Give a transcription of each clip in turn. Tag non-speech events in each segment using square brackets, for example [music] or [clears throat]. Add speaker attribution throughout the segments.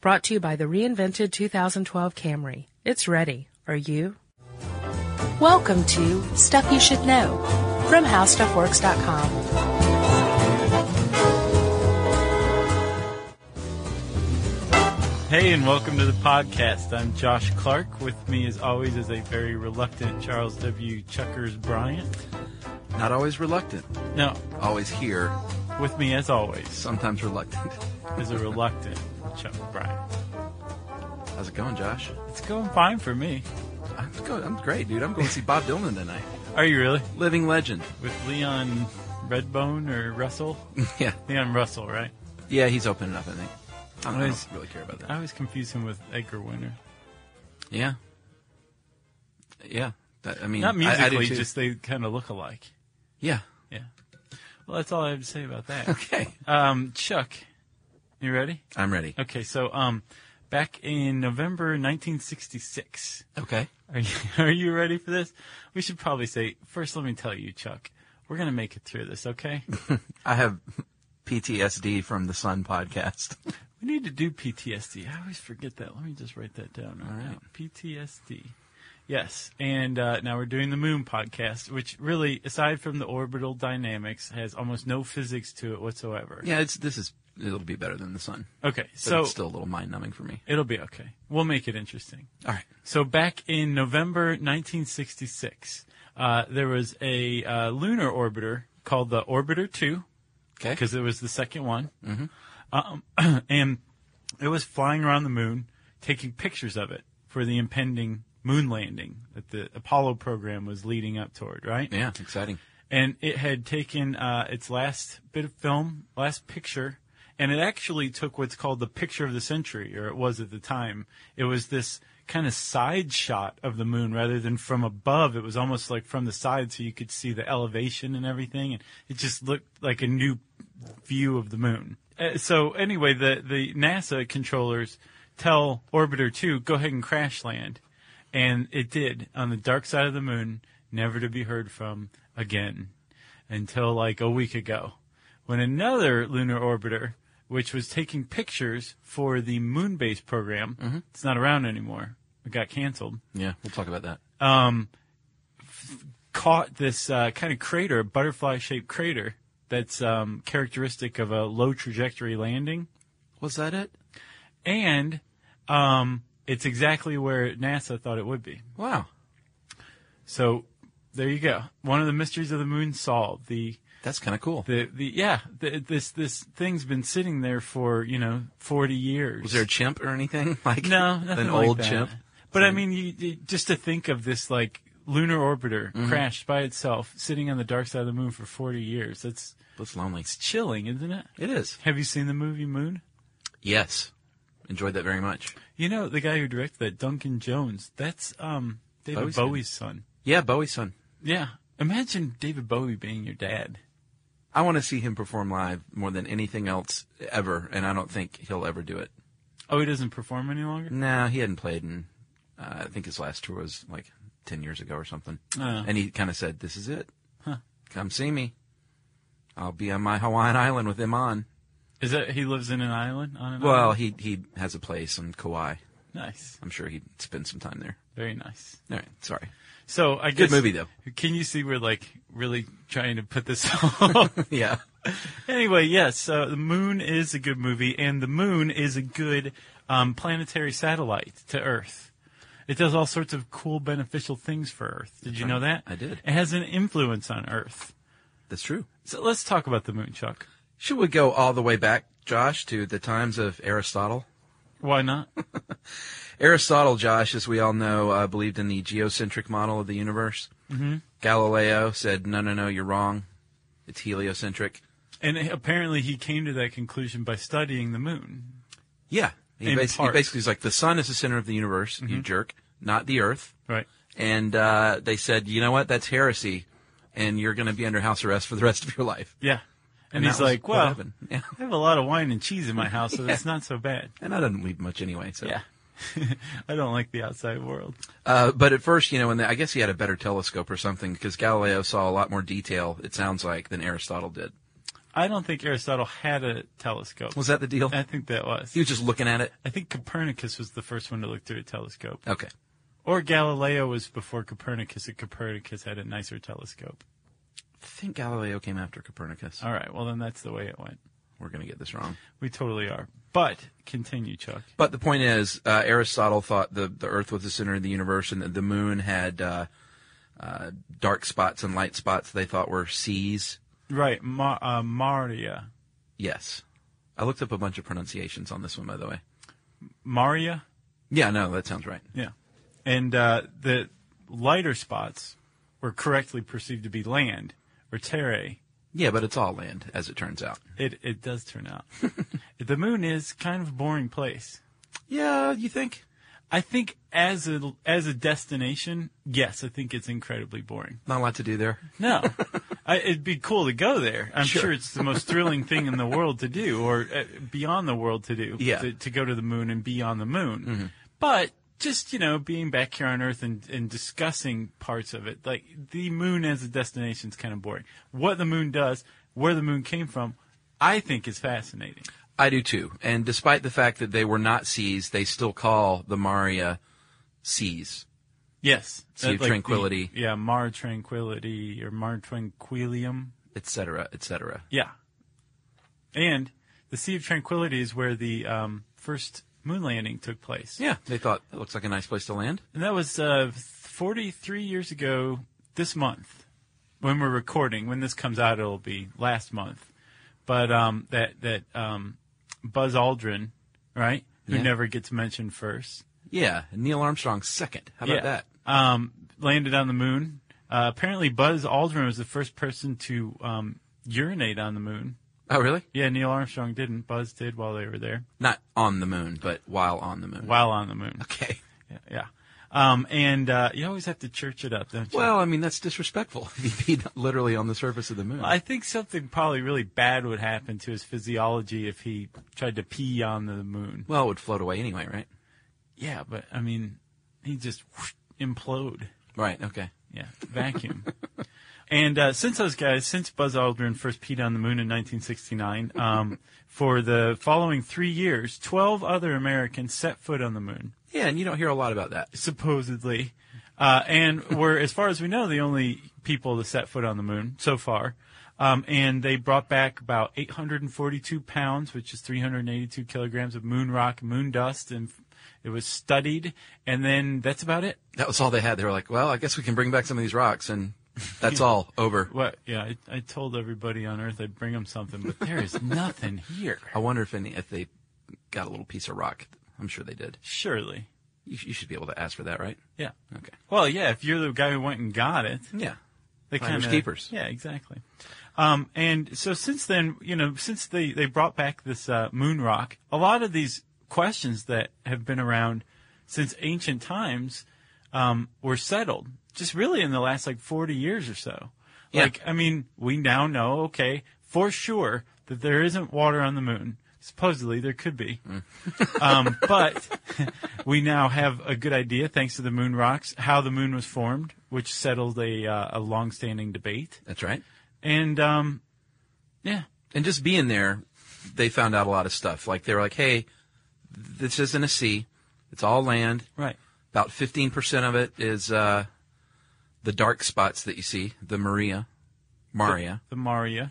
Speaker 1: Brought to you by the reinvented 2012 Camry. It's ready. Are you? Welcome to Stuff You Should Know from HowStuffWorks.com.
Speaker 2: Hey, and welcome to the podcast. I'm Josh Clark. With me, as always, is a very reluctant Charles W. Chuckers Bryant.
Speaker 3: Not always reluctant,
Speaker 2: No,
Speaker 3: always here,
Speaker 2: with me, as always,
Speaker 3: sometimes reluctant. [laughs]
Speaker 2: is a reluctant Chuck Bryant.
Speaker 3: How's it going, Josh?
Speaker 2: It's going fine for me.
Speaker 3: I'm good. I'm great, dude. I'm going to see Bob Dylan tonight.
Speaker 2: Are you really?
Speaker 3: Living legend.
Speaker 2: With Leon Redbone or Russell?
Speaker 3: [laughs] yeah,
Speaker 2: Leon Russell, right?
Speaker 3: yeah. He's opening up. I think. I don't, I
Speaker 2: Always-
Speaker 3: don't really care about
Speaker 2: I
Speaker 3: that.
Speaker 2: always confuse him with Edgar Winter.
Speaker 3: Yeah, yeah. That, Mm, I mean,
Speaker 2: Not
Speaker 3: I- I do
Speaker 2: musically,
Speaker 3: too.
Speaker 2: just they kind of look alike.
Speaker 3: yeah.
Speaker 2: Yeah. Well, that's all I have to say about that. [laughs]
Speaker 3: Okay,
Speaker 2: um, Chuck, you ready?
Speaker 3: I'm ready.
Speaker 2: Okay, so um, back in November 1966,
Speaker 3: Okay.
Speaker 2: [laughs] are you, are you ready for this? We should probably say first. Let me tell you, Chuck, we're gonna make it through this. [laughs] Okay,
Speaker 3: I have PTSD from the Sun podcast. [laughs]
Speaker 2: we need to do PTSD. I always forget that. Let me just write that down. All right,
Speaker 3: right.
Speaker 2: PTSD. Yes, and uh, now we're doing the Moon podcast, which really, aside from the orbital dynamics, has almost no physics to it whatsoever.
Speaker 3: Yeah, it's this is it'll be better than the Sun.
Speaker 2: Okay,
Speaker 3: But
Speaker 2: so
Speaker 3: it's still a little mind numbing for me.
Speaker 2: it'll be okay. We'll make it interesting.
Speaker 3: All right.
Speaker 2: So back in November 1966, uh, there was a uh, lunar orbiter called the Orbiter 2
Speaker 3: Okay.
Speaker 2: because it was the second one, um, [clears throat] and it was flying around the moon, taking pictures of it for the impending moon landing that the Apollo program was leading up toward. Right?
Speaker 3: yeah, exciting.
Speaker 2: and it had taken uh, its last bit of film, last picture, and it actually took what's called the picture of the century, or it was at the time. It was this kind of side shot of the moon rather than from above. It was almost like from the side, so you could see the elevation and everything, and it just looked like a new view of the moon. Uh, so anyway, the the NASA controllers tell Orbiter Two, go ahead and crash land, and it did on the dark side of the moon, never to be heard from again, until like a week ago, when another lunar orbiter, which was taking pictures for the moon base program, it's not around anymore. It got canceled
Speaker 3: Yeah, we'll talk about that.
Speaker 2: caught this uh, kind of crater, butterfly shaped crater that's um, characteristic of a low trajectory landing.
Speaker 3: Was that it?
Speaker 2: And um, it's exactly where NASA thought it would be.
Speaker 3: Wow.
Speaker 2: So there you go. One of the mysteries of the moon solved. The
Speaker 3: That's kind of cool.
Speaker 2: the, the yeah the, this this thing's been sitting there for you know 40 years.
Speaker 3: Was there a chimp or anything? [laughs] Like
Speaker 2: No, nothing
Speaker 3: an
Speaker 2: like
Speaker 3: old
Speaker 2: that.
Speaker 3: chimp.
Speaker 2: But I mean, you, you, just to think of this like lunar orbiter
Speaker 3: Mm-hmm.
Speaker 2: crashed by itself, sitting on the dark side of the moon for 40 years. That's
Speaker 3: That's lonely.
Speaker 2: it's chilling, isn't it?
Speaker 3: It is.
Speaker 2: Have you seen the movie Moon?
Speaker 3: Yes, enjoyed that very much.
Speaker 2: You know the guy who directed that, Duncan Jones. That's um David
Speaker 3: Bowie's
Speaker 2: Bowie's,
Speaker 3: son.
Speaker 2: son.
Speaker 3: Yeah, Bowie's son.
Speaker 2: Yeah, imagine David Bowie being your dad.
Speaker 3: I want to see him perform live more than anything else ever, and I don't think he'll ever do it.
Speaker 2: Oh, he doesn't perform any longer.
Speaker 3: No, he hadn't played in. Uh, I think his last tour was like ten years ago or something,
Speaker 2: Oh.
Speaker 3: and he kind of said, "This is it. Come see me. I'll be on my Hawaiian island with him on."
Speaker 2: Is that he lives in an island? On an
Speaker 3: Well,
Speaker 2: island?
Speaker 3: he he has a place on Kauai.
Speaker 2: nice,
Speaker 3: I'm sure he'd spend some time there.
Speaker 2: very nice.
Speaker 3: All right, sorry.
Speaker 2: So I
Speaker 3: Good
Speaker 2: guess
Speaker 3: movie though.
Speaker 2: Can you see we're like really trying to put this [laughs] off?
Speaker 3: Yeah.
Speaker 2: Anyway, yes, uh, the moon is a good movie, and the moon is a good um, planetary satellite to Earth. It does all sorts of cool, beneficial things for Earth. Did you know that?
Speaker 3: right. I did.
Speaker 2: It has an influence on Earth.
Speaker 3: That's true.
Speaker 2: So let's talk about the moon, Chuck.
Speaker 3: Should we go all the way back, Josh, to the times of Aristotle?
Speaker 2: Why not?
Speaker 3: Aristotle, Josh, as we all know, uh, believed in the geocentric model of the universe. Mm-hmm. Galileo said, no, no, no, you're wrong. It's heliocentric.
Speaker 2: [laughs] and apparently, he came to that conclusion by studying the moon.
Speaker 3: Yeah. He,
Speaker 2: In
Speaker 3: bas- he
Speaker 2: part. Mm-hmm.
Speaker 3: basically is like, the sun is the center of the universe, you jerk, not the earth.
Speaker 2: Right.
Speaker 3: And uh, they said, you know what? That's heresy. And you're going to be under house arrest for the rest of your life.
Speaker 2: Yeah. And,
Speaker 3: that
Speaker 2: he's
Speaker 3: was
Speaker 2: like,
Speaker 3: what
Speaker 2: "Well,
Speaker 3: happened. [laughs] Yeah.
Speaker 2: I have a lot of wine and cheese in my house, so that's not so bad."
Speaker 3: And I didn't leave much anyway. So.
Speaker 2: Yeah. [laughs] I don't like the outside world.
Speaker 3: Uh, but at first, you know, and I guess he had a better telescope or something because Galileo saw a lot more detail, it sounds like, than Aristotle did.
Speaker 2: I don't think Aristotle had a telescope.
Speaker 3: Was that the deal?
Speaker 2: I think that was.
Speaker 3: He was just looking at it.
Speaker 2: I think Copernicus was the first one to look through a telescope.
Speaker 3: Okay.
Speaker 2: Or Galileo was before Copernicus, and Copernicus had a nicer telescope.
Speaker 3: I think Galileo came after Copernicus.
Speaker 2: All right, well, then that's the way it went.
Speaker 3: Uh, We're going to get this wrong.
Speaker 2: We totally are. But continue, Chuck.
Speaker 3: But the point is, uh, Aristotle thought the, the Earth was the center of the universe and that the moon had uh, uh, dark spots and light spots they thought were seas.
Speaker 2: Right, Ma- uh, Maria.
Speaker 3: Yes. I looked up a bunch of pronunciations on this one, by the way.
Speaker 2: Maria?
Speaker 3: Yeah, no, that sounds right.
Speaker 2: Yeah. And uh, the lighter spots were correctly perceived to be land or terre.
Speaker 3: Yeah, but it's all land, as it turns out.
Speaker 2: It, it does turn out. the moon is kind of a boring place.
Speaker 3: Yeah, you think?
Speaker 2: I think as a, as a destination, yes, I think it's incredibly boring.
Speaker 3: Not a lot to do there.
Speaker 2: No. I, it'd be cool to go there. I'm sure.
Speaker 3: Sure.
Speaker 2: it's the most thrilling thing in the world to do, or uh, beyond the world to do.
Speaker 3: Yeah.
Speaker 2: To, to go to the moon and be on the moon. But just, you know, being back here on Earth and, and discussing parts of it, like the moon as a destination is kind of boring. What the moon does, where the moon came from, I think is fascinating.
Speaker 3: I do too. And despite the fact that they were not seas, they still call the Maria seas.
Speaker 2: Yes.
Speaker 3: Sea of
Speaker 2: Uh, like
Speaker 3: Tranquility.
Speaker 2: the- yeah, Mar Tranquility or Mar Tranquillium.
Speaker 3: etc., cetera, etc.
Speaker 2: Yeah. And the Sea of Tranquility is where the um, first moon landing took place.
Speaker 3: Yeah, they thought that looks like a nice place to land.
Speaker 2: And that was uh, 43 years ago this month when we're recording. When this comes out, it'll be last month. But um, that, that um, Buzz Aldrin, right, who
Speaker 3: Yeah.
Speaker 2: never gets mentioned first,
Speaker 3: Yeah, Neil Armstrong second. How about that?
Speaker 2: Um, landed on the moon. Uh, apparently, Buzz Aldrin was the first person to um, urinate on the moon.
Speaker 3: Oh, really?
Speaker 2: Yeah, Neil Armstrong didn't. Buzz did while they were there.
Speaker 3: Not on the moon, but while on the moon.
Speaker 2: while on the moon.
Speaker 3: Okay.
Speaker 2: Yeah. yeah. Um, and uh, you always have to church it up, don't you?
Speaker 3: Well, I mean that's disrespectful. [laughs] If He'd be literally on the surface of the moon.
Speaker 2: I think something probably really bad would happen to his physiology if he tried to pee on the moon.
Speaker 3: well, it would float away anyway, right?
Speaker 2: Yeah, but I mean, he just whoosh, implode.
Speaker 3: Right. Okay.
Speaker 2: Yeah, vacuum. and uh, since those guys, since Buzz Aldrin first peed on the moon in 1969, um, for the following three years, 12 other Americans set foot on the moon.
Speaker 3: Yeah, and you don't hear a lot about that.
Speaker 2: supposedly, uh, and were, as far as we know, the only people to set foot on the moon so far. Um, and they brought back about 842 pounds, which is 382 kilograms of moon rock, moon dust, and it was studied. And then that's about it.
Speaker 3: That was all they had. They were like, well, I guess we can bring back some of these rocks, and that's all. Over.
Speaker 2: What? Yeah, I, I told everybody on Earth I'd bring them something, but there is nothing here.
Speaker 3: I wonder if any if they got a little piece of rock. I'm sure they did.
Speaker 2: Surely.
Speaker 3: You, sh- you should be able to ask for that, right?
Speaker 2: Yeah.
Speaker 3: Okay.
Speaker 2: Well, yeah, if you're the guy who went and got it,
Speaker 3: Yeah.
Speaker 2: They
Speaker 3: Finders
Speaker 2: kinda-
Speaker 3: keepers.
Speaker 2: Yeah, exactly. Um, and so since then, you know, since they, they brought back this uh, moon rock, a lot of these questions that have been around since ancient times um, were settled just really in the last like 40 years or so.
Speaker 3: Yeah.
Speaker 2: Like, I mean, we now know, okay, for sure that there isn't water on the moon. Supposedly there could be. um, but [laughs] we now have a good idea, thanks to the moon rocks, how the moon was formed, which settled a, uh, a long-standing debate.
Speaker 3: That's right.
Speaker 2: And, um, yeah,
Speaker 3: and just being there, they found out a lot of stuff. Like they were like, "Hey, this isn't a sea; it's all land.
Speaker 2: right.
Speaker 3: About fifteen percent of it is uh, the dark spots that you see, the Maria, Maria,
Speaker 2: The Maria.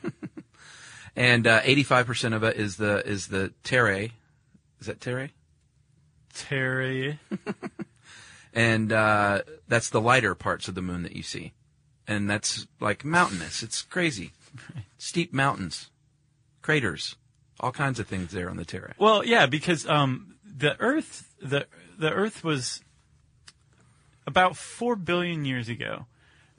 Speaker 3: and uh, eighty-five percent of it is the is the Terre. Is that Terre?
Speaker 2: Terry.
Speaker 3: And uh, that's the lighter parts of the moon that you see, and that's like mountainous. It's crazy, steep mountains, craters, all kinds of things there on the Terre.
Speaker 2: Well, yeah, because um, the Earth, the the Earth was about four billion years ago.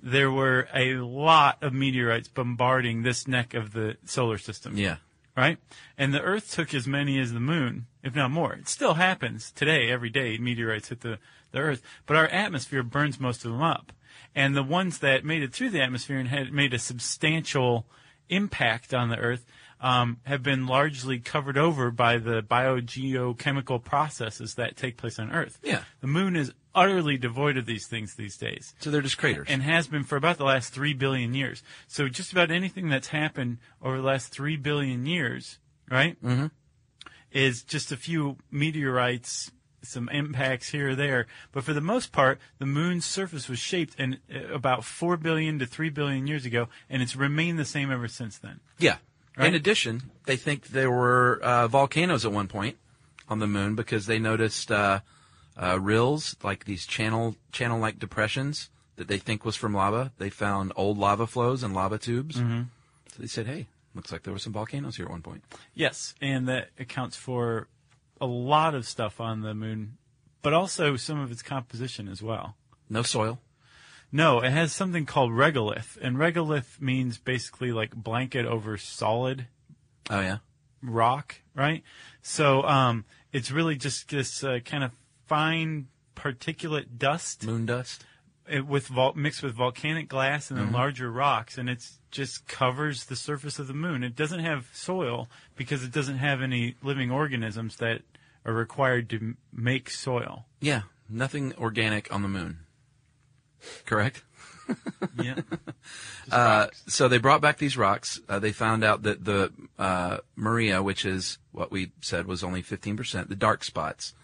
Speaker 2: There were a lot of meteorites bombarding this neck of the solar system.
Speaker 3: Yeah,
Speaker 2: Right? And the Earth took as many as the moon, if not more. It still happens today, every day, meteorites hit the, the Earth. But our atmosphere burns most of them up. And the ones that made it through the atmosphere and had made a substantial impact on the Earth um, have been largely covered over by the biogeochemical processes that take place on Earth.
Speaker 3: Yeah.
Speaker 2: The moon is utterly devoid of these things these days
Speaker 3: So they're just craters.
Speaker 2: and has been for about the last 3 billion years. So just about anything that's happened over the last 3 billion years, right? Mm-hmm. Is just a few meteorites, some impacts here or there. But for the most part, the moon's surface was shaped in uh, about 4 billion to 3 billion years ago, and it's remained the same ever since then.
Speaker 3: yeah.
Speaker 2: Right.
Speaker 3: In addition, they think there were uh, volcanoes at one point on the moon because they noticed uh, uh, rills, like these channel channel like depressions that they think was from lava. They found old lava flows and lava tubes.
Speaker 2: Mm-hmm.
Speaker 3: So they said, "Hey, looks like there were some volcanoes here at one point."
Speaker 2: Yes, and that accounts for a lot of stuff on the moon, but also some of its composition as well.
Speaker 3: No soil.
Speaker 2: No, it has something called regolith, and regolith means basically like blanket over solid
Speaker 3: Oh yeah.
Speaker 2: rock, right? So um, it's really just this uh, kind of fine particulate dust
Speaker 3: Moon dust.
Speaker 2: it- with vol- mixed with volcanic glass and then larger rocks, and it's just covers the surface of the moon. It doesn't have soil because it doesn't have any living organisms that are required to m- make soil.
Speaker 3: Yeah, nothing organic on the moon. Correct?
Speaker 2: Yeah,
Speaker 3: Uh, so they brought back these rocks. Uh, they found out that the uh, Maria, which is what we said was only 15%, the dark spots,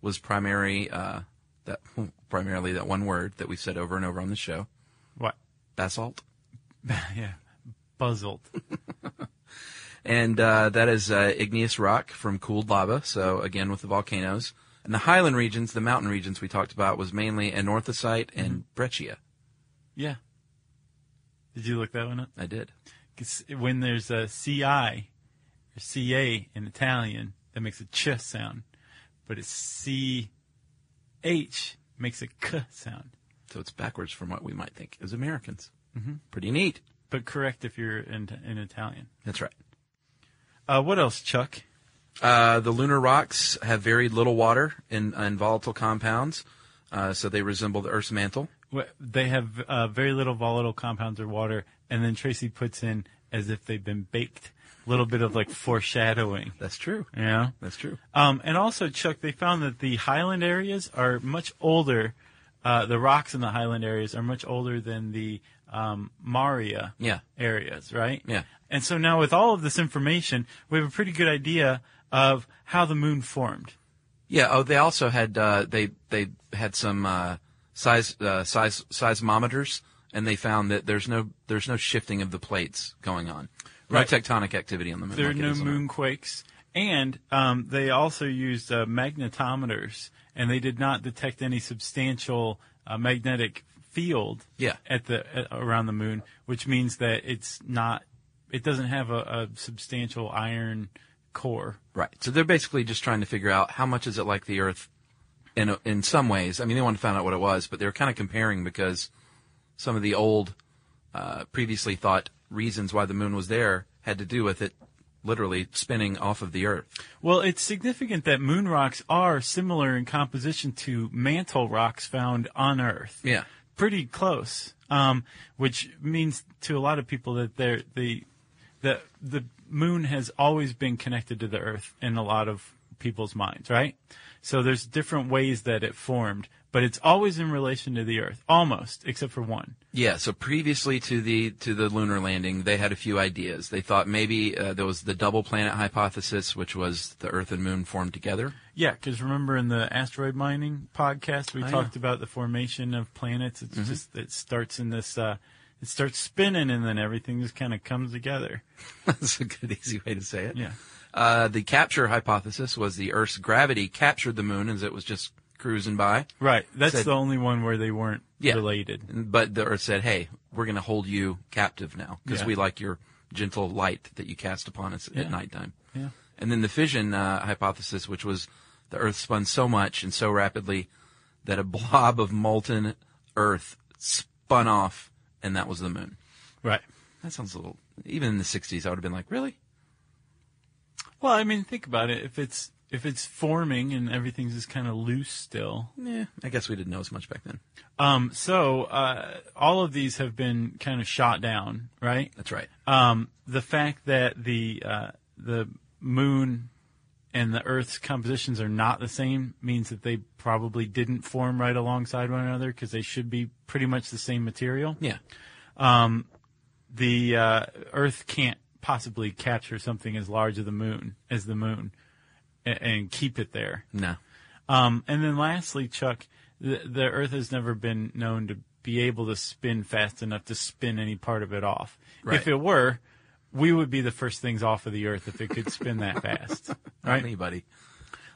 Speaker 3: was primary, uh, that, [laughs] primarily that one word that we've said over and over on the show
Speaker 2: [laughs] what? [laughs]
Speaker 3: basalt.
Speaker 2: yeah, buzzled.
Speaker 3: And uh, that is uh, igneous rock from cooled lava. So again, with the volcanoes. And the highland regions, the mountain regions we talked about, was mainly anorthosite and breccia.
Speaker 2: Yeah. Did you look that one up?
Speaker 3: I did.
Speaker 2: 'Cause when there's a CI or CA in Italian, that makes a ch sound, but it's CH makes a k sound.
Speaker 3: So it's backwards from what we might think as Americans. Mm-hmm. Pretty neat.
Speaker 2: But correct if you're in, in Italian.
Speaker 3: That's right.
Speaker 2: Uh, what else, Chuck?
Speaker 3: Uh, the lunar rocks have very little water and, and volatile compounds, uh, so they resemble the Earth's mantle.
Speaker 2: What, they have uh, very little volatile compounds or water, and then Tracy puts in as if they've been baked. A little bit of like foreshadowing.
Speaker 3: That's true.
Speaker 2: You know?
Speaker 3: That's true.
Speaker 2: Um, and also, Chuck, they found that the highland areas are much older. Uh, the rocks in the highland areas are much older than the um, Maria
Speaker 3: Yeah.
Speaker 2: areas, right?
Speaker 3: Yeah.
Speaker 2: And so now, with all of this information, we have a pretty good idea of how the moon formed.
Speaker 3: Yeah. Oh, they also had uh, they they had some uh, size uh, size seismometers, and they found that there's no there's no shifting of the plates going on.
Speaker 2: Right.
Speaker 3: No tectonic activity on the moon.
Speaker 2: There are
Speaker 3: like it
Speaker 2: no
Speaker 3: is on Earth.
Speaker 2: moonquakes. And um, they also used uh, magnetometers, and they did not detect any substantial uh, magnetic field
Speaker 3: Yeah.
Speaker 2: at the at, around the moon, which means that it's not, it doesn't have a, a substantial iron core.
Speaker 3: Right. So they're basically just trying to figure out how much is it like the Earth in a, in some ways. I mean, they wanted to find out what it was, but they were kind of comparing because some of the old, uh, previously thought reasons why the moon was there had to do with it literally spinning off of the Earth.
Speaker 2: Well, it's significant that moon rocks are similar in composition to mantle rocks found on Earth.
Speaker 3: Yeah.
Speaker 2: pretty close, um, which means to a lot of people that they're, the the the moon has always been connected to the Earth in a lot of people's minds, right? So there's different ways that it formed, but it's always in relation to the Earth, almost, except for one.
Speaker 3: Yeah. So previously to the to the lunar landing, they had a few ideas. They thought maybe uh, there was the double planet hypothesis, which was the Earth and moon formed together. [laughs]
Speaker 2: Yeah, because remember in the asteroid mining podcast, we
Speaker 3: Oh, yeah. Mm-hmm.
Speaker 2: talked about the formation of planets. It's just it starts in this. Uh, it starts spinning and then everything just kind of comes together.
Speaker 3: That's a good easy way to say it.
Speaker 2: Yeah.
Speaker 3: Uh, the capture hypothesis was the Earth's gravity captured the moon as it was just cruising by.
Speaker 2: Right. That's
Speaker 3: Said-
Speaker 2: the only one where they weren't
Speaker 3: Yeah.
Speaker 2: related.
Speaker 3: But the Earth said, hey, we're going to hold you captive now because
Speaker 2: Yeah.
Speaker 3: we like your gentle light that you cast upon us
Speaker 2: Yeah.
Speaker 3: at nighttime.
Speaker 2: Yeah.
Speaker 3: And then the fission uh, hypothesis, which was the Earth spun so much and so rapidly that a blob of molten Earth spun off, and that was the moon.
Speaker 2: Right.
Speaker 3: That sounds a little, even in the 60s, I would have been like, really?
Speaker 2: Well, I mean, think about it. If it's if it's forming and everything's just kind of loose still,
Speaker 3: Yeah, I guess we didn't know as much back then.
Speaker 2: Um, so uh, all of these have been kind of shot down, right?
Speaker 3: That's right.
Speaker 2: Um, the fact that the uh, the moon and the Earth's compositions are not the same means that they probably didn't form right alongside one another because they should be pretty much the same material.
Speaker 3: Yeah.
Speaker 2: The uh, Earth can't possibly capture something as large as the moon as the moon and, and keep it there.
Speaker 3: No.
Speaker 2: Um, and then lastly, Chuck, the, the Earth has never been known to be able to spin fast enough to spin any part of it off.
Speaker 3: Right.
Speaker 2: If it were, we would be the first things off of the Earth if it could spin that fast,
Speaker 3: Not
Speaker 2: right?
Speaker 3: anybody.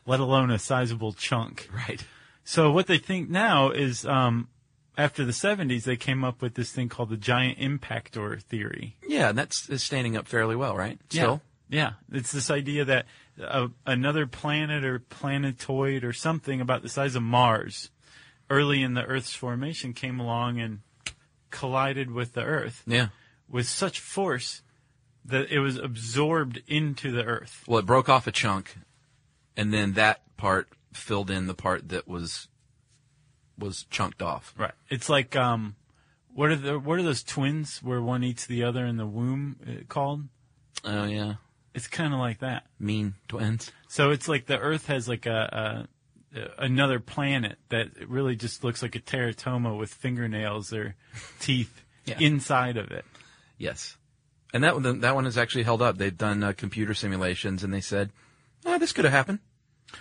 Speaker 2: Let alone a sizable chunk.
Speaker 3: [laughs] Right.
Speaker 2: So what they think now is, um, after the 70s, they came up with this thing called the giant impactor theory.
Speaker 3: Yeah, and that's is standing up fairly well, right? Still.
Speaker 2: Yeah. yeah. It's this idea that uh, another planet or planetoid or something about the size of Mars early in the Earth's formation came along and collided with the Earth
Speaker 3: Yeah.
Speaker 2: with such force that it was absorbed into the Earth.
Speaker 3: Well, it broke off a chunk, and then that part filled in the part that was was chunked off.
Speaker 2: Right. It's like um what are the what are those twins where one eats the other in the womb uh, called?
Speaker 3: Oh yeah.
Speaker 2: It's kind of like that.
Speaker 3: Mean twins.
Speaker 2: So it's like the Earth has like a, a another planet that really just looks like a teratoma with fingernails or [laughs] teeth
Speaker 3: Yeah.
Speaker 2: inside of it.
Speaker 3: Yes. And that one, that one is actually held up. They've done uh, computer simulations, and they said, "Ah, this could have happened."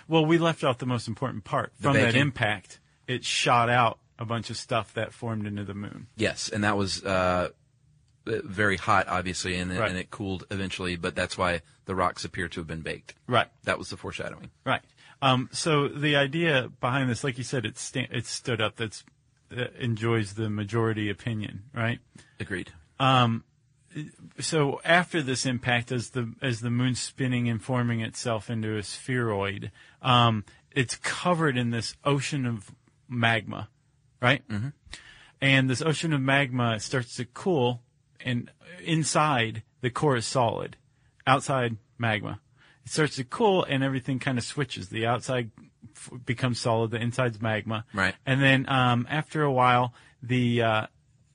Speaker 2: Well, we left off the most important part from that
Speaker 3: bacon?
Speaker 2: impact. It shot out a bunch of stuff that formed into the moon.
Speaker 3: Yes, and that was uh, very hot, obviously, and, it
Speaker 2: Right.
Speaker 3: and it cooled eventually. But that's why the rocks appear to have been baked.
Speaker 2: Right.
Speaker 3: That was the foreshadowing.
Speaker 2: Right. Um, so the idea behind this, like you said, it's sta- it's stood up. That's that enjoys the majority opinion, right?
Speaker 3: Agreed.
Speaker 2: so after this impact, as the as the moon's spinning and forming itself into a spheroid, um, it's covered in this ocean of magma, right? Mm-hmm. And this ocean of magma starts to cool, and inside the core is solid, outside magma. It starts to cool, and everything kind of switches. The outside f- becomes solid, the inside's magma,
Speaker 3: Right.
Speaker 2: And then um, after a while, the uh,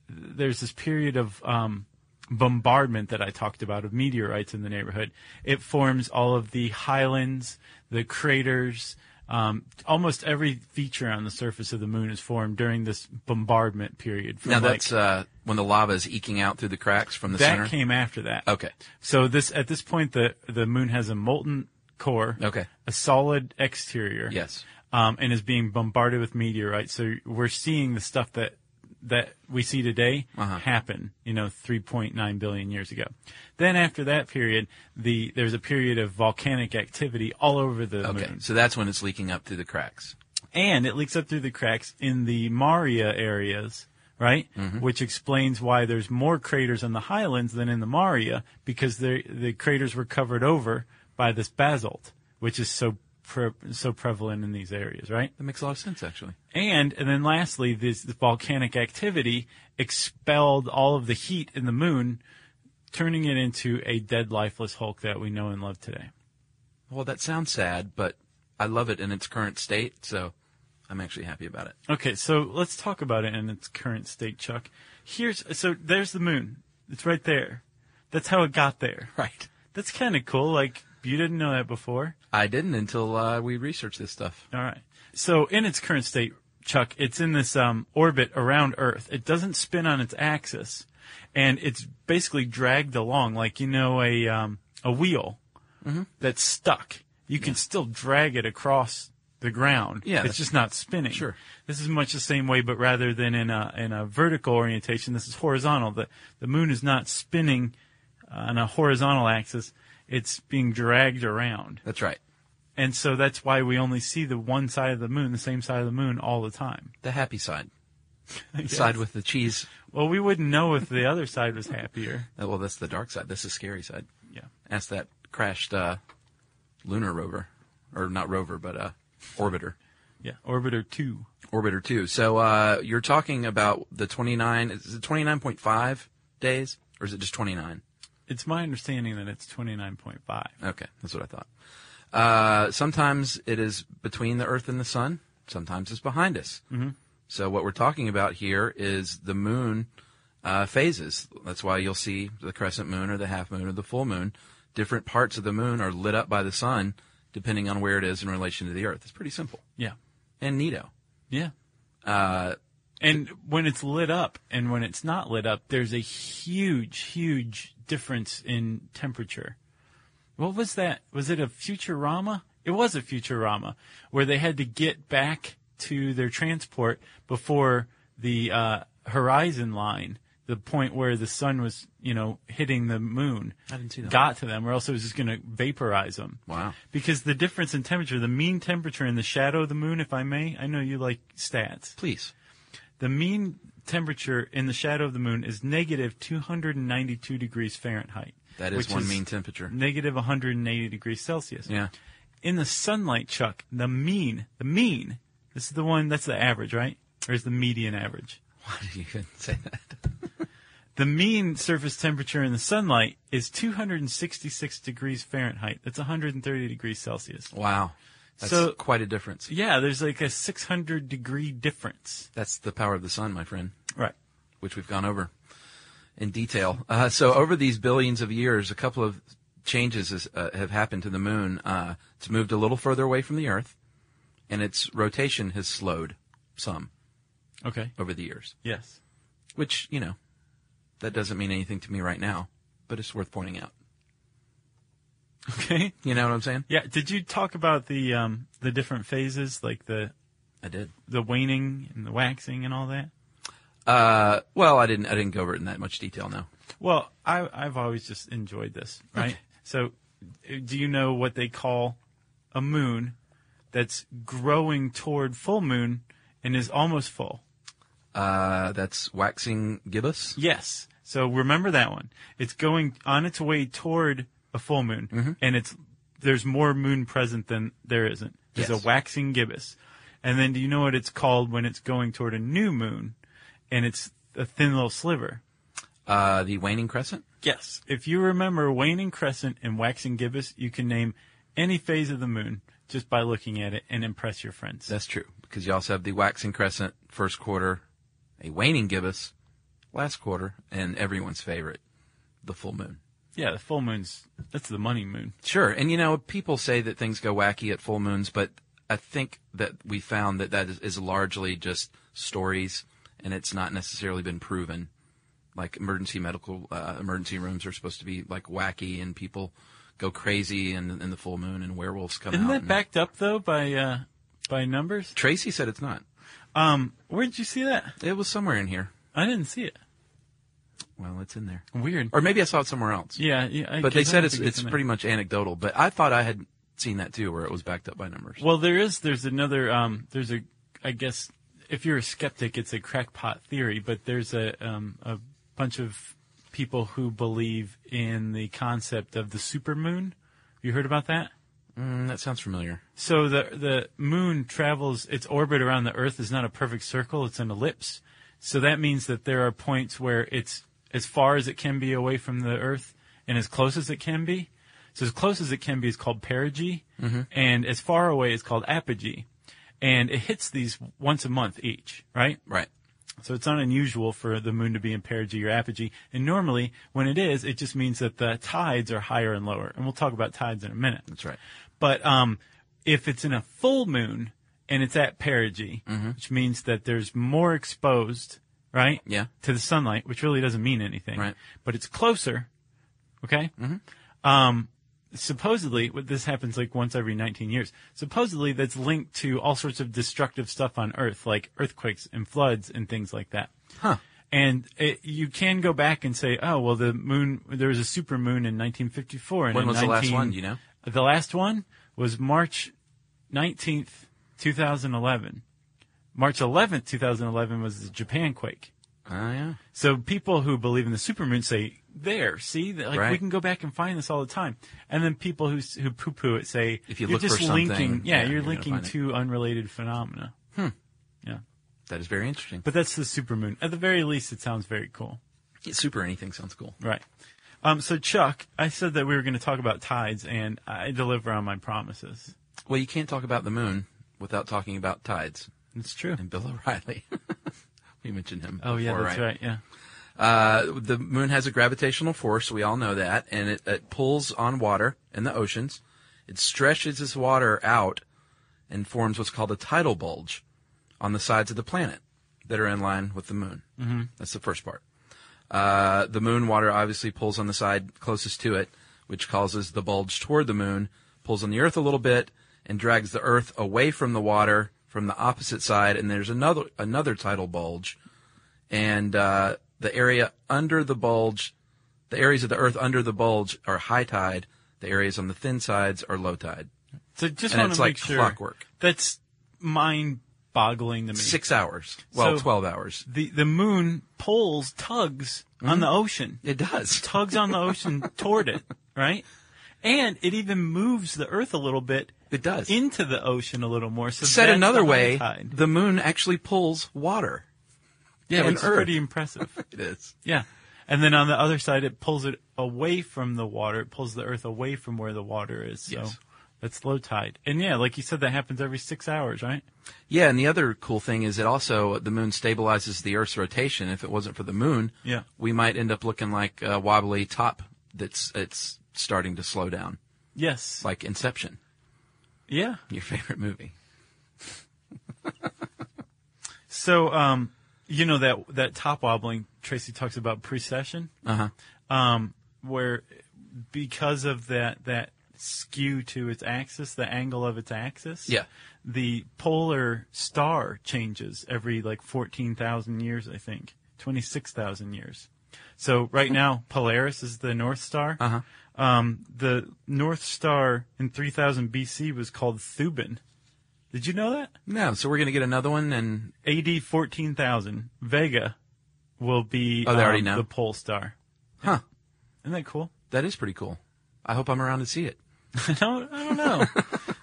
Speaker 2: there's this period of um, bombardment that I talked about of meteorites in the neighborhood. It forms all of the highlands, the craters. Um, almost every feature on the surface of the moon is formed during this bombardment period. From
Speaker 3: Now
Speaker 2: like-
Speaker 3: that's uh, when the lava is eking out through the cracks from the
Speaker 2: that
Speaker 3: center.
Speaker 2: came after that.
Speaker 3: okay.
Speaker 2: So this at this point the the moon has a molten core,
Speaker 3: Okay.
Speaker 2: a solid exterior,
Speaker 3: Yes.
Speaker 2: um, and is being bombarded with meteorites. So we're seeing the stuff that that we see today happen, you know, 3.9 billion years ago. Then after that period, the there's a period of volcanic activity all over the
Speaker 3: Okay.
Speaker 2: moon,
Speaker 3: So that's when it's leaking up through the cracks.
Speaker 2: and it leaks up through the cracks in the Maria areas, right? Which explains why there's more craters in the highlands than in the Maria because the the craters were covered over by this basalt, which is so pre- so prevalent in these areas, right?
Speaker 3: That makes a lot of sense, actually.
Speaker 2: And and then lastly, this, this volcanic activity expelled all of the heat in the moon, turning it into a dead, lifeless Hulk that we know and love today.
Speaker 3: Well, that sounds sad, but I love it in its current state, so I'm actually happy about it.
Speaker 2: Okay, so let's talk about it in its current state, Chuck. Here's so there's the moon. It's right there. That's how it got there.
Speaker 3: Right.
Speaker 2: That's kind of cool. Like you didn't know that before.
Speaker 3: I didn't until uh, we researched this stuff.
Speaker 2: All right. So in its current state, Chuck, it's in this um, orbit around Earth. It doesn't spin on its axis, and it's basically dragged along like you know a um, a wheel
Speaker 3: Mm-hmm.
Speaker 2: that's stuck. You can still drag it across the ground.
Speaker 3: Yeah,
Speaker 2: it's
Speaker 3: that's-
Speaker 2: just not spinning.
Speaker 3: Sure.
Speaker 2: This is much the same way, but rather than in a in a vertical orientation, this is horizontal. The the moon is not spinning on a horizontal axis. It's being dragged around.
Speaker 3: That's right.
Speaker 2: And so that's why we only see the one side of the moon, the same side of the moon all the time.
Speaker 3: The happy [laughs] side. The side with the cheese.
Speaker 2: Well, we wouldn't know if the other side was happier.
Speaker 3: Oh, well, that's the dark side. That's the scary side.
Speaker 2: Yeah.
Speaker 3: Ask that crashed uh, lunar rover. Or not rover, but uh, orbiter.
Speaker 2: Yeah. Orbiter 2.
Speaker 3: Orbiter 2. So uh, you're talking about the 29, is it 29.5 days? Or is it just 29?
Speaker 2: It's my understanding that it's 29.5.
Speaker 3: Okay, that's what I thought. Uh, sometimes it is between the Earth and the Sun. Sometimes it's behind us. Mm-hmm. So what we're talking about here is the moon uh, phases. That's why you'll see the crescent moon or the half moon or the full moon. Different parts of the moon are lit up by the sun depending on where it is in relation to the Earth. It's pretty simple
Speaker 2: Yeah.
Speaker 3: and neato.
Speaker 2: Yeah.
Speaker 3: Uh,
Speaker 2: and when it's lit up and when it's not lit up, there's a huge, huge difference in temperature. What was that? Was it a Futurama? It was a Futurama where they had to get back to their transport before the uh, horizon line, the point where the sun was, you know, hitting the moon.
Speaker 3: I didn't see that.
Speaker 2: Got to them, or else it was just going to vaporize them.
Speaker 3: Wow.
Speaker 2: Because the difference in temperature, the mean temperature in the shadow of the moon, if I may, I know you like stats.
Speaker 3: Please.
Speaker 2: The mean temperature in the shadow of the moon is negative 292 degrees Fahrenheit.
Speaker 3: That is
Speaker 2: which
Speaker 3: one mean temperature.
Speaker 2: Negative 180 degrees Celsius.
Speaker 3: Yeah.
Speaker 2: In the sunlight, Chuck, the mean, the mean, this is the one, that's the average, right? Or is the median average?
Speaker 3: [laughs] Why did you even say that?
Speaker 2: The mean surface temperature in the sunlight is 266 degrees Fahrenheit. That's 130 degrees Celsius.
Speaker 3: Wow. That's
Speaker 2: So-
Speaker 3: quite a difference.
Speaker 2: Yeah, there's like a 600 degree difference.
Speaker 3: That's the power of the sun, my friend.
Speaker 2: Right.
Speaker 3: which we've gone over in detail. Uh, so over these billions of years, a couple of changes is, uh, have happened to the moon. Uh, it's moved a little further away from the Earth, and its rotation has slowed some
Speaker 2: Okay.
Speaker 3: over the years.
Speaker 2: Yes.
Speaker 3: Which you know, that doesn't mean anything to me right now, but it's worth pointing out.
Speaker 2: [laughs] Okay.
Speaker 3: You know what I'm saying?
Speaker 2: Yeah. Did you talk about the um, the different phases, like the
Speaker 3: I did.
Speaker 2: the waning and the waxing and all that?
Speaker 3: Uh, well, I didn't. I didn't go over it in that much detail. No.
Speaker 2: Well, I, I've always just enjoyed this, right?
Speaker 3: Okay.
Speaker 2: So, uh, do you know what they call a moon that's growing toward full moon and is almost full?
Speaker 3: Uh, that's waxing gibbous.
Speaker 2: Yes. So remember that one. It's going on its way toward a full moon, and it's there's more moon present than there isn't. There's
Speaker 3: Yes.
Speaker 2: a waxing gibbous, and then do you know what it's called when it's going toward a new moon, and it's a thin little sliver?
Speaker 3: Uh, the waning crescent.
Speaker 2: Yes. If you remember waning crescent and waxing gibbous, you can name any phase of the moon just by looking at it and impress your friends.
Speaker 3: That's true because you also have the waxing crescent first quarter, a waning gibbous last quarter, and everyone's favorite, the full moon.
Speaker 2: yeah, the full moon's that's the money moon.
Speaker 3: Sure, and you know people say that things go wacky at full moons, but I think that we found that that is, is largely just stories, and it's not necessarily been proven. Like emergency medical uh, emergency rooms are supposed to be like wacky, and people go crazy in, in the full moon, and werewolves come
Speaker 2: Isn't
Speaker 3: out.
Speaker 2: that
Speaker 3: and-
Speaker 2: backed up though by uh, by numbers?
Speaker 3: Tracy said it's not.
Speaker 2: Um, where did you see that?
Speaker 3: It was somewhere in here.
Speaker 2: I didn't see it.
Speaker 3: Well, it's in there,
Speaker 2: Weird.
Speaker 3: or maybe I saw it somewhere else.
Speaker 2: yeah, yeah. I-
Speaker 3: But they
Speaker 2: 'cause I
Speaker 3: said
Speaker 2: don't
Speaker 3: it's
Speaker 2: think
Speaker 3: it's
Speaker 2: in there.
Speaker 3: pretty much anecdotal. But I thought I had seen that too, where it was backed up by numbers.
Speaker 2: Well, there is. There's another. Um, there's a. I guess if you're a skeptic, it's a crackpot theory. But there's a um, a bunch of people who believe in the concept of the supermoon. You heard about that?
Speaker 3: Mm, that sounds familiar.
Speaker 2: So the the moon travels its orbit around the Earth is not a perfect circle; it's an ellipse. So that means that there are points where it's as far as it can be away from the Earth and as close as it can be. So as close as it can be is called perigee, and as far away is called apogee. And it hits these once a month each, right?
Speaker 3: Right.
Speaker 2: So it's not unusual for the moon to be in perigee or apogee. And normally, when it is, it just means that the tides are higher and lower. And we'll talk about tides in a minute.
Speaker 3: That's right.
Speaker 2: But um, if it's in a full moon and it's at perigee,
Speaker 3: Mm-hmm.
Speaker 2: which means that there's more exposed, right?
Speaker 3: Yeah.
Speaker 2: To the sunlight, which really doesn't mean anything.
Speaker 3: Right.
Speaker 2: But it's closer. Okay. Mm-hmm. Um, supposedly, what this happens like once every 19 years. Supposedly, that's linked to all sorts of destructive stuff on Earth, like earthquakes and floods and things like that.
Speaker 3: Huh.
Speaker 2: And it, you can go back and say, oh, well, the moon, there was a super moon in 1954. And
Speaker 3: When
Speaker 2: in
Speaker 3: was the last
Speaker 2: 19
Speaker 3: one, do you know?
Speaker 2: The last one was March 19th, 2011. March 11th, 2011 was the Japan quake.
Speaker 3: Oh yeah.
Speaker 2: So people who believe in the supermoon say, there, see, That- like we
Speaker 3: Right.
Speaker 2: can go back and find this all the time. And then people who, s- who poo-poo it say,
Speaker 3: If you
Speaker 2: are
Speaker 3: look for
Speaker 2: just
Speaker 3: something,
Speaker 2: linking, yeah,
Speaker 3: yeah,
Speaker 2: you're,
Speaker 3: you're gonna
Speaker 2: linking
Speaker 3: find it."
Speaker 2: two unrelated phenomena. Hmm. Yeah.
Speaker 3: That is very interesting.
Speaker 2: But that's the supermoon. At the very least, it sounds very cool.
Speaker 3: super anything sounds cool.
Speaker 2: Right. Um, so Chuck, I said that we were going to talk about tides, and I deliver on my promises.
Speaker 3: Well, you can't talk about the moon without talking about tides
Speaker 2: It's true.
Speaker 3: and Bill [laughs] O'Reilly. We mentioned him.
Speaker 2: Oh yeah,
Speaker 3: before,
Speaker 2: that's right. Yeah.
Speaker 3: Uh, the moon has a gravitational force. We all know that, and it, it pulls on water in the oceans. It stretches this water out and forms what's called a tidal bulge on the sides of the planet that are in line with the moon. Mm-hmm. That's the first part. Uh, the moon water obviously pulls on the side closest to it, which causes the bulge toward the moon, pulls on the Earth a little bit, and drags the Earth away from the water from the opposite side. And there's another another tidal bulge, and uh, the area under the bulge, the areas of the Earth under the bulge are high tide. The areas on the thin sides are low tide.
Speaker 2: So just
Speaker 3: And
Speaker 2: want
Speaker 3: it's
Speaker 2: to
Speaker 3: like
Speaker 2: make sure
Speaker 3: clockwork.
Speaker 2: that's mind-boggling to me.
Speaker 3: Six hours. Well,
Speaker 2: So-
Speaker 3: 12 hours.
Speaker 2: The the moon pulls tugs
Speaker 3: Mm-hmm.
Speaker 2: on the ocean.
Speaker 3: It does.
Speaker 2: tugs on the
Speaker 3: [laughs]
Speaker 2: ocean toward it, right? And it even moves the Earth a little bit
Speaker 3: It does.
Speaker 2: into the ocean a little more. So
Speaker 3: Said
Speaker 2: that's
Speaker 3: another
Speaker 2: the high
Speaker 3: way,
Speaker 2: tide.
Speaker 3: the moon actually pulls water.
Speaker 2: yeah,
Speaker 3: and
Speaker 2: which is
Speaker 3: Earth.
Speaker 2: pretty impressive.
Speaker 3: It is.
Speaker 2: Yeah, and then on the other side, it pulls it away from the water. It pulls the Earth away from where the water is. So
Speaker 3: Yes.
Speaker 2: that's low tide. And yeah, like you said, that happens every six hours, right?
Speaker 3: Yeah, and the other cool thing is it also the moon stabilizes the Earth's rotation. If it wasn't for the moon,
Speaker 2: Yeah.
Speaker 3: we might end up looking like a wobbly top that's it's starting to slow down,
Speaker 2: Yes.
Speaker 3: like Inception,
Speaker 2: yeah.
Speaker 3: your [laughs] favorite movie.
Speaker 2: So, um, you know that that top wobbling Tracy talks about precession,
Speaker 3: Uh huh.
Speaker 2: um, where because of that that skew to its axis, the angle of its axis,
Speaker 3: Yeah.
Speaker 2: the polar star changes every like fourteen thousand years, I think, twenty six thousand years. So right now, Polaris is the North Star.
Speaker 3: Uh huh.
Speaker 2: Um, the North Star in 3000 BC was called Thuban. Did you know that?
Speaker 3: No, so we're gonna get another one, and
Speaker 2: AD 14,000, Vega will be
Speaker 3: Oh, they already
Speaker 2: um,
Speaker 3: know?
Speaker 2: the pole star.
Speaker 3: huh,
Speaker 2: Isn't that cool? [laughs]
Speaker 3: that is pretty cool. I hope I'm around to see it.
Speaker 2: I don't, I don't
Speaker 3: [laughs]
Speaker 2: know.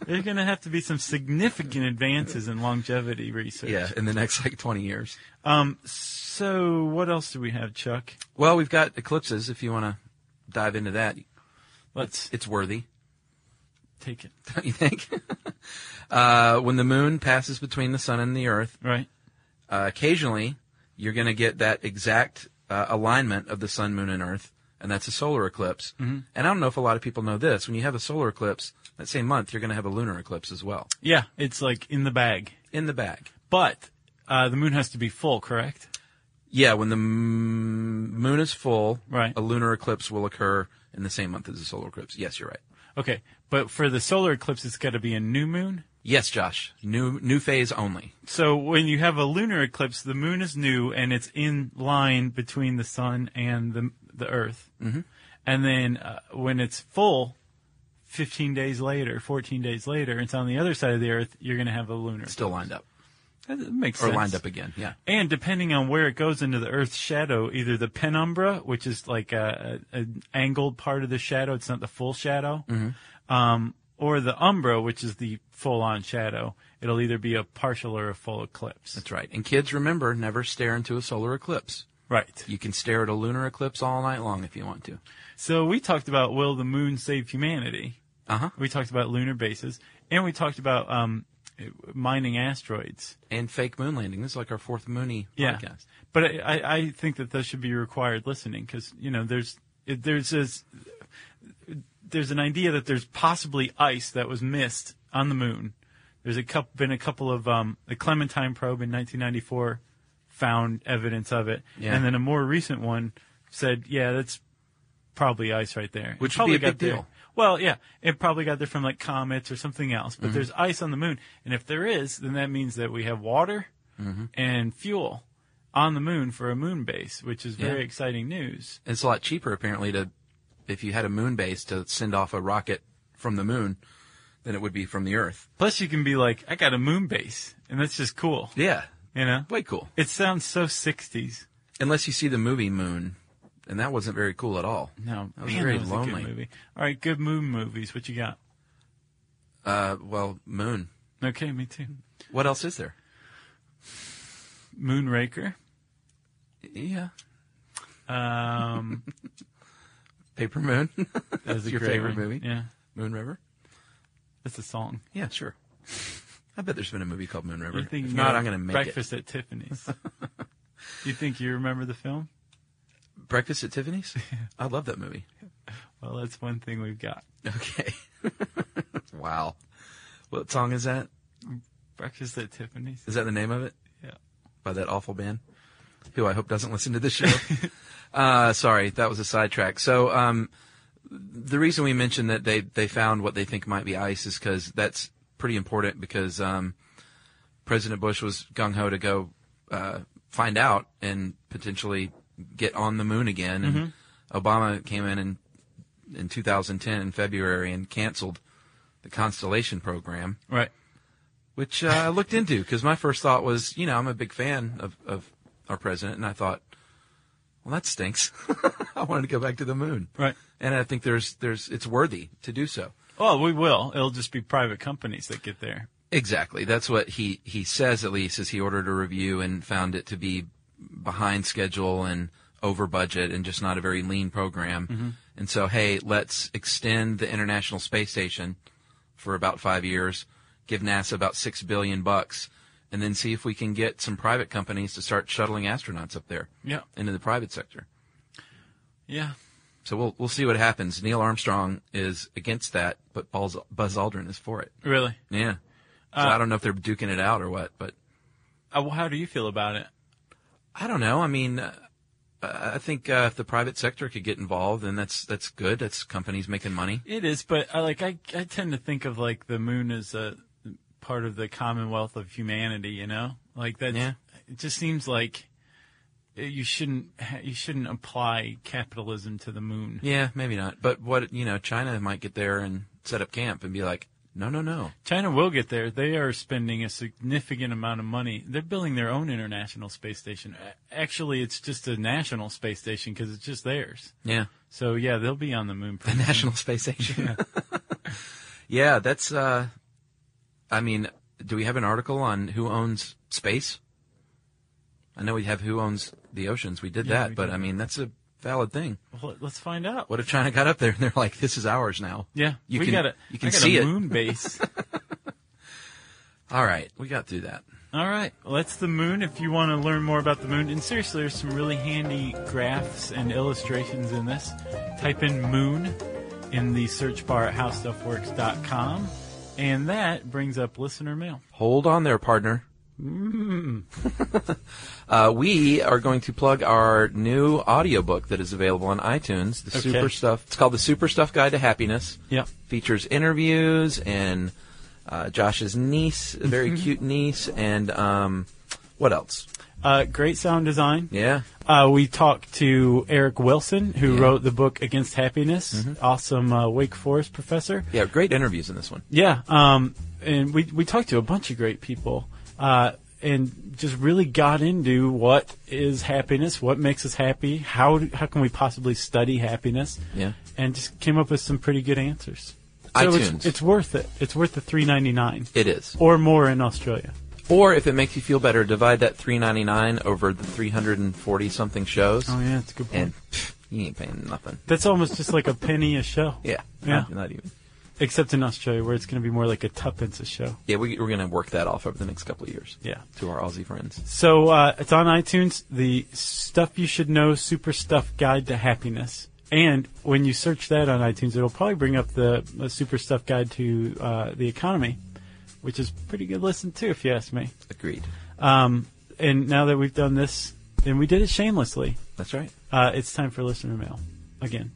Speaker 2: There's going to have to be some significant advances in longevity research.
Speaker 3: Yeah, in the next like 20 years.
Speaker 2: Um, so what else do we have, Chuck?
Speaker 3: Well, we've got eclipses. If you want to dive into that,
Speaker 2: Let's
Speaker 3: it's worthy. [laughs]
Speaker 2: take it.
Speaker 3: Don't you think? [laughs] uh, when the moon passes between the sun and the Earth,
Speaker 2: Right.
Speaker 3: uh, occasionally you're going to get that exact uh, alignment of the sun, moon, and Earth, and that's a solar eclipse. And I don't know if a lot of people know this. When you have a solar eclipse that same month, you're going to have a lunar eclipse as well
Speaker 2: Yeah. It's like in the bag,
Speaker 3: in the bag.
Speaker 2: but, uh, the moon has to be full, correct?
Speaker 3: Yeah, when the m- moon is full,
Speaker 2: Right.
Speaker 3: a lunar eclipse will occur in the same month as a solar eclipse. Yes, you're right.
Speaker 2: Okay. But for the solar eclipse, it's got to be a new moon.
Speaker 3: Yes, Josh. New new phase only.
Speaker 2: So when you have a lunar eclipse, the moon is new and it's in line between the sun and the the Earth. Mm-hmm. And then uh, when it's full, 15 days later, 14 days later, it's on the other side of the Earth. You're going to have a lunar.
Speaker 3: Still lined up
Speaker 2: That that makes
Speaker 3: or
Speaker 2: sense.
Speaker 3: lined up again. Yeah.
Speaker 2: And depending on where it goes into the Earth's shadow, either the penumbra, which is like a, a, an angled part of the shadow, it's not the full shadow, um, or the umbra, which is the full-on shadow. It'll either be a partial or a full eclipse.
Speaker 3: That's right. And kids, remember, never stare into a solar eclipse.
Speaker 2: right.
Speaker 3: You can stare at a lunar eclipse all night long if you want to.
Speaker 2: So we talked about will the moon save humanity?
Speaker 3: Uh huh.
Speaker 2: We talked about lunar bases, and we talked about um, mining asteroids.
Speaker 3: And fake moon landing. This is like our fourth moony
Speaker 2: Yeah,
Speaker 3: podcast.
Speaker 2: but I- I, I think that those should be required listening because you know there's it- there's this, there's an idea that there's possibly ice that was missed on the moon. There's a couple, been a couple of um, the Clementine probe in 1994 found evidence of it,
Speaker 3: Yeah.
Speaker 2: and then a more recent one said, yeah, that's probably ice right there.
Speaker 3: Which
Speaker 2: It
Speaker 3: would be
Speaker 2: probably
Speaker 3: a big
Speaker 2: got there-
Speaker 3: deal.
Speaker 2: Well, yeah, it probably got there from like comets or something else.
Speaker 3: Mm-hmm.
Speaker 2: But there's ice on the moon, and if there is, then that means that we have water
Speaker 3: Mm-hmm.
Speaker 2: and fuel on the moon for a moon base, which is very
Speaker 3: Yeah.
Speaker 2: exciting news.
Speaker 3: And it's a lot cheaper apparently to, if you had a moon base to send off a rocket from the moon than it would be from the earth.
Speaker 2: Plus, you can be like, I got a moon base, and that's just cool.
Speaker 3: Yeah.
Speaker 2: You know,
Speaker 3: Way cool.
Speaker 2: it sounds so 60s.
Speaker 3: Unless you see the movie Moon, and that wasn't very cool at all.
Speaker 2: No,
Speaker 3: That was
Speaker 2: man,
Speaker 3: very
Speaker 2: that was A
Speaker 3: lonely.
Speaker 2: good movie. All right, good moon movies. What you got?
Speaker 3: Uh, well, Moon.
Speaker 2: Okay, me too.
Speaker 3: What else is there?
Speaker 2: Moonraker.
Speaker 3: Yeah.
Speaker 2: Um,
Speaker 3: [laughs] Paper Moon. [laughs]
Speaker 2: that was a
Speaker 3: Your
Speaker 2: great
Speaker 3: favorite
Speaker 2: one.
Speaker 3: movie?
Speaker 2: Yeah,
Speaker 3: moon River.
Speaker 2: that's a song.
Speaker 3: Yeah, sure. I bet there's been a movie called Moon River.
Speaker 2: You're thinking
Speaker 3: if not,
Speaker 2: of
Speaker 3: I'm going to make it.
Speaker 2: Breakfast at Tiffany's. [laughs] You think you remember the film?
Speaker 3: Breakfast at Tiffany's? I love that movie.
Speaker 2: Well, that's one thing we've got.
Speaker 3: Okay. [laughs] wow. What song is that?
Speaker 2: Breakfast at Tiffany's.
Speaker 3: Is that the name of it?
Speaker 2: Yeah.
Speaker 3: By that awful band? Who I hope doesn't listen to this show. uh, sorry, that was a sidetrack. So, um, the reason we mentioned that they, they found what they think might be ice is because that's pretty important because, um, President Bush was gung ho to go, uh, find out and potentially get on the moon again. And Obama came in and in 2010 in February and canceled the Constellation program
Speaker 2: Right.
Speaker 3: which uh, I looked into because my first thought was, you know, I'm a big fan of, of our president, and I thought, well, that stinks. [laughs] I wanted to go back to the moon,
Speaker 2: Right.
Speaker 3: and I think there's there's it's worthy to do so.
Speaker 2: Well, we will. It'll just be private companies that get there.
Speaker 3: Exactly, that's what he he says at least. Is he ordered a review and found it to be behind schedule and over budget and just not a very lean program. And so, hey, let's extend the International Space Station for about five years, give NASA about six billion bucks, and then see if we can get some private companies to start shuttling astronauts up there
Speaker 2: Yeah.
Speaker 3: into the private sector.
Speaker 2: Yeah.
Speaker 3: So we'll we'll see what happens. Neil Armstrong is against that, but Buzz, Buzz Aldrin is for it.
Speaker 2: Really.
Speaker 3: Yeah. So I don't know if they're duking it out or what, but
Speaker 2: Uh, well, how do you feel about it?
Speaker 3: I don't know. I mean, uh, I think uh, if the private sector could get involved, then that's that's good. That's companies making money.
Speaker 2: It is, but I like I I tend to think of like the moon as a part of the commonwealth of humanity. You know, like that.
Speaker 3: Yeah.
Speaker 2: It just seems like uh, you shouldn't ha- you shouldn't apply capitalism to the moon.
Speaker 3: Yeah, maybe not. But what you know, China might get there and set up camp and be like, no, no, no.
Speaker 2: China will get there. They are spending a significant amount of money. They're building their own international space station. A- Actually, it's just a national space station because it's just theirs.
Speaker 3: Yeah,
Speaker 2: So yeah, they'll be on the moon.
Speaker 3: [laughs] the
Speaker 2: pretty soon.
Speaker 3: National Space Station. Yeah, [laughs] that's. uh I mean, do we have an article on who owns space? I know we have who owns the oceans. We did
Speaker 2: Yeah,
Speaker 3: that,
Speaker 2: we
Speaker 3: but
Speaker 2: did.
Speaker 3: I mean, that's a valid thing.
Speaker 2: Well, let's find out.
Speaker 3: What if China got up there and they're like, this is ours now?
Speaker 2: Yeah,
Speaker 3: You
Speaker 2: we
Speaker 3: can-
Speaker 2: got a
Speaker 3: you can
Speaker 2: I got
Speaker 3: see
Speaker 2: a
Speaker 3: it.
Speaker 2: moon
Speaker 3: [laughs]
Speaker 2: base.
Speaker 3: All right, we got through that.
Speaker 2: All right, well, that's the moon. If you want to learn more about the moon, and seriously, there's some really handy graphs and illustrations in this. Type in moon in the search bar at howstuffworks.com, and that brings up listener mail.
Speaker 3: Hold on there, partner.
Speaker 2: Mm-hmm.
Speaker 3: [laughs] uh, we are going to plug our new audiobook that is available on iTunes, the
Speaker 2: Okay.
Speaker 3: Super Stuff. It's called The Super Stuff Guide to Happiness.
Speaker 2: Yep.
Speaker 3: Features interviews and uh, Josh's niece, a very
Speaker 2: Mm-hmm.
Speaker 3: cute niece, and um, what else?
Speaker 2: Uh, great sound design.
Speaker 3: Yeah.
Speaker 2: Uh, we talked to Eric Wilson, who
Speaker 3: Yeah.
Speaker 2: wrote the book Against Happiness. Awesome uh, Wake Forest professor.
Speaker 3: Yeah, great interviews in this one.
Speaker 2: Yeah, um, and we we talked to a bunch of great people, uh, and just really got into what is happiness, what makes us happy, how do, how can we possibly study happiness?
Speaker 3: Yeah.
Speaker 2: and just came up with some pretty good answers. So
Speaker 3: iTunes.
Speaker 2: it's, it's worth it. It's worth the three ninety nine
Speaker 3: It is.
Speaker 2: or more in Australia.
Speaker 3: Or if it makes you feel better, divide that 399 over the 340 something shows.
Speaker 2: Oh yeah, that's a good point.
Speaker 3: And pff, you ain't paying nothing.
Speaker 2: that's almost just like a penny a show.
Speaker 3: Yeah.
Speaker 2: Yeah. Oh,
Speaker 3: Not, not even.
Speaker 2: Except in Australia, where it's going to be more like a tuppence a show.
Speaker 3: Yeah, we, we're going to work that off over the next couple of years.
Speaker 2: Yeah.
Speaker 3: To our Aussie friends.
Speaker 2: So uh, it's on iTunes. The stuff you should know: Super Stuff Guide to Happiness. And when you search that on iTunes, it'll probably bring up the uh, Super Stuff Guide to uh, the Economy, which is pretty good listen too, if you ask me.
Speaker 3: Agreed.
Speaker 2: Um, and now that we've done this, and we did it shamelessly,
Speaker 3: That's right.
Speaker 2: uh, it's time for listener mail again.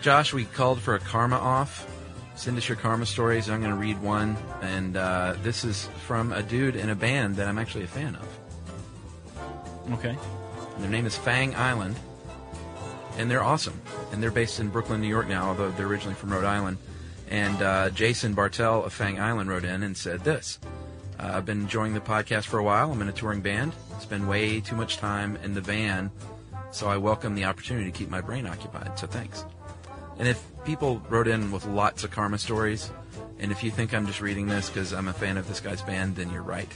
Speaker 3: Josh, we called for a karma off. Send us your karma stories. I'm going to read one. And uh, this is from a dude in a band that I'm actually a fan of.
Speaker 2: Okay.
Speaker 3: Their name is Fang Island, and they're awesome. And they're based in Brooklyn, New York now, although they're originally from Rhode Island. And uh, Jason Bartell of Fang Island wrote in and said this uh, I've been enjoying the podcast for a while. I'm in a touring band. Spend way too much time in the van, so I welcome the opportunity to keep my brain occupied. So thanks. And if people wrote in with lots of karma stories, and if you think I'm just reading this because I'm a fan of this guy's band, then you're right.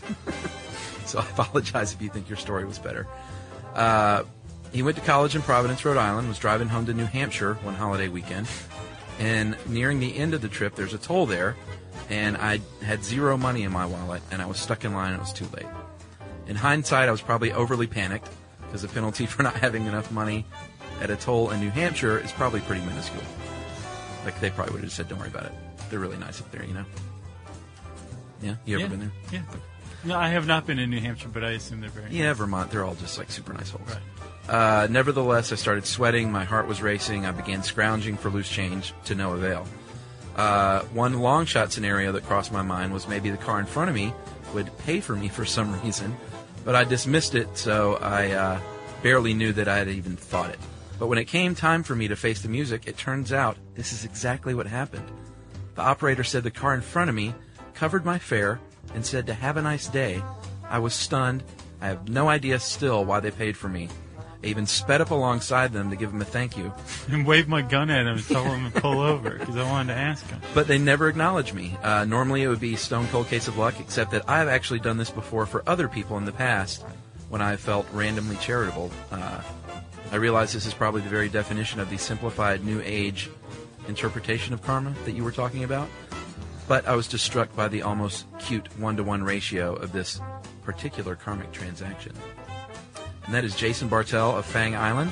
Speaker 3: [laughs] so I apologize if you think your story was better. Uh, he went to college in Providence, Rhode Island, was driving home to New Hampshire one holiday weekend. And nearing the end of the trip, there's a toll there, and I had zero money in my wallet, and I was stuck in line, and it was too late. In hindsight, I was probably overly panicked because the penalty [laughs] for not having enough money at a toll in New Hampshire is probably pretty minuscule. Like they probably would have just said, "Don't worry about it. They're really nice up there," you know. Yeah, you ever
Speaker 2: yeah.
Speaker 3: been there?
Speaker 2: Yeah. No, I have not been in New Hampshire, but I assume they're very.
Speaker 3: Yeah, Vermont. They're all just like super nice holes. Uh, nevertheless, I started sweating. My heart was racing. I began scrounging for loose change to no avail. Uh, one long shot scenario that crossed my mind was maybe the car in front of me would pay for me [laughs] for some reason, but I dismissed it, so I uh, barely knew that I had even thought it. But when it came time for me to face the music, it turns out this is exactly what happened. The operator said the car in front of me covered my fare and said to have a nice day. I was stunned. I have no idea still why they paid for me. I even sped up alongside them to give them a thank you,
Speaker 2: And [laughs] wave my gun at him and tell him to pull over because I wanted to ask him.
Speaker 3: but they never acknowledge me. Uh, normally, it would be stone cold case of luck, except that I've actually done this before for other people in the past when I felt randomly charitable. Uh, I realize this is probably the very definition of the simplified New Age interpretation of karma that you were talking about, but I was just struck by the almost cute one to one ratio of this particular karmic transaction. And that is Jason Bartel of Fang Island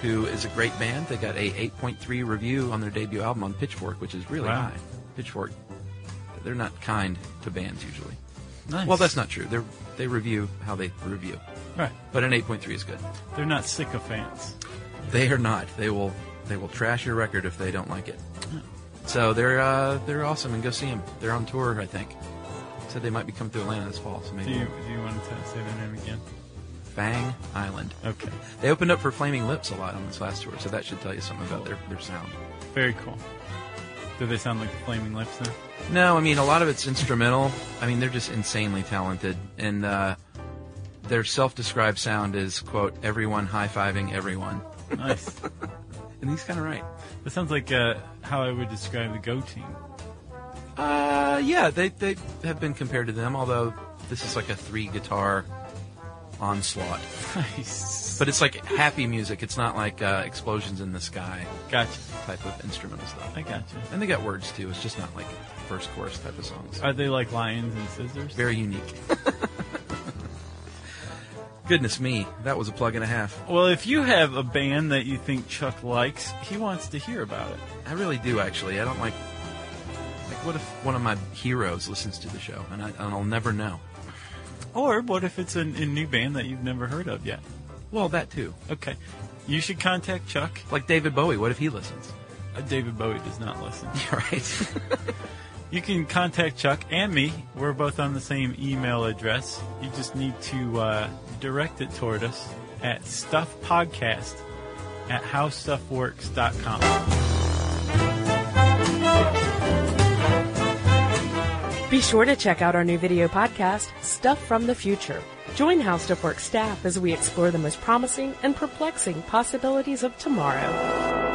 Speaker 3: who is a great band. They got a 8.3 review on their debut album on Pitchfork, which is really
Speaker 2: Wow.
Speaker 3: high. Pitchfork, they're not kind to bands usually.
Speaker 2: Nice.
Speaker 3: Well, that's not true. They they review how they review,
Speaker 2: right.
Speaker 3: but an 8.3 is good.
Speaker 2: They're not sycophants.
Speaker 3: They are not. They will they will trash your record if they don't like it. So they're uh, they're awesome, and go see them. They're on tour, I think. Said they might be coming through Atlanta this fall, so
Speaker 2: Do
Speaker 3: maybe
Speaker 2: you do you want to say their name again?
Speaker 3: Fang Island.
Speaker 2: Okay.
Speaker 3: They opened up for Flaming Lips a lot on this last tour, so that should tell you something about their, their sound.
Speaker 2: Very cool. Do they sound like the Flaming Lips now?
Speaker 3: No, I mean a lot of it's instrumental. I mean they're just insanely talented, and uh, their self-described sound is quote everyone high-fiving everyone,
Speaker 2: Nice.
Speaker 3: [laughs] and he's kind of right.
Speaker 2: that sounds like uh, how I would describe the Go Team. [laughs]
Speaker 3: Uh, yeah, they they have been compared to them, although this is like a three-guitar onslaught,
Speaker 2: Nice.
Speaker 3: but it's like happy music. It's not like uh, explosions in the sky
Speaker 2: Gotcha.
Speaker 3: type of instrumental stuff.
Speaker 2: I gotcha.
Speaker 3: And they got words too. It's just not like first chorus type of songs.
Speaker 2: Are they like lions and scissors?
Speaker 3: Very unique. [laughs] Goodness me, that was a plug and a half.
Speaker 2: Well, if you have a band that you think Chuck likes, he wants to hear about it.
Speaker 3: I really do, actually. I don't like. Like, what if one of my heroes listens to the show and, I, and I'll never know?
Speaker 2: Or what if it's an, a new band that you've never heard of yet?
Speaker 3: Well, that too.
Speaker 2: Okay. You should contact Chuck.
Speaker 3: Like David Bowie, what if he listens? [laughs]
Speaker 2: Uh, David Bowie does not listen.
Speaker 3: Right.
Speaker 2: You can contact Chuck and me. We're both on the same email address. You just need to uh, direct it toward us at stuffpodcast at howstuffworks.com.
Speaker 1: Be sure to check out our new video podcast, Stuff from the Future. Join How Stuff Works staff as we explore the most promising and perplexing possibilities of tomorrow.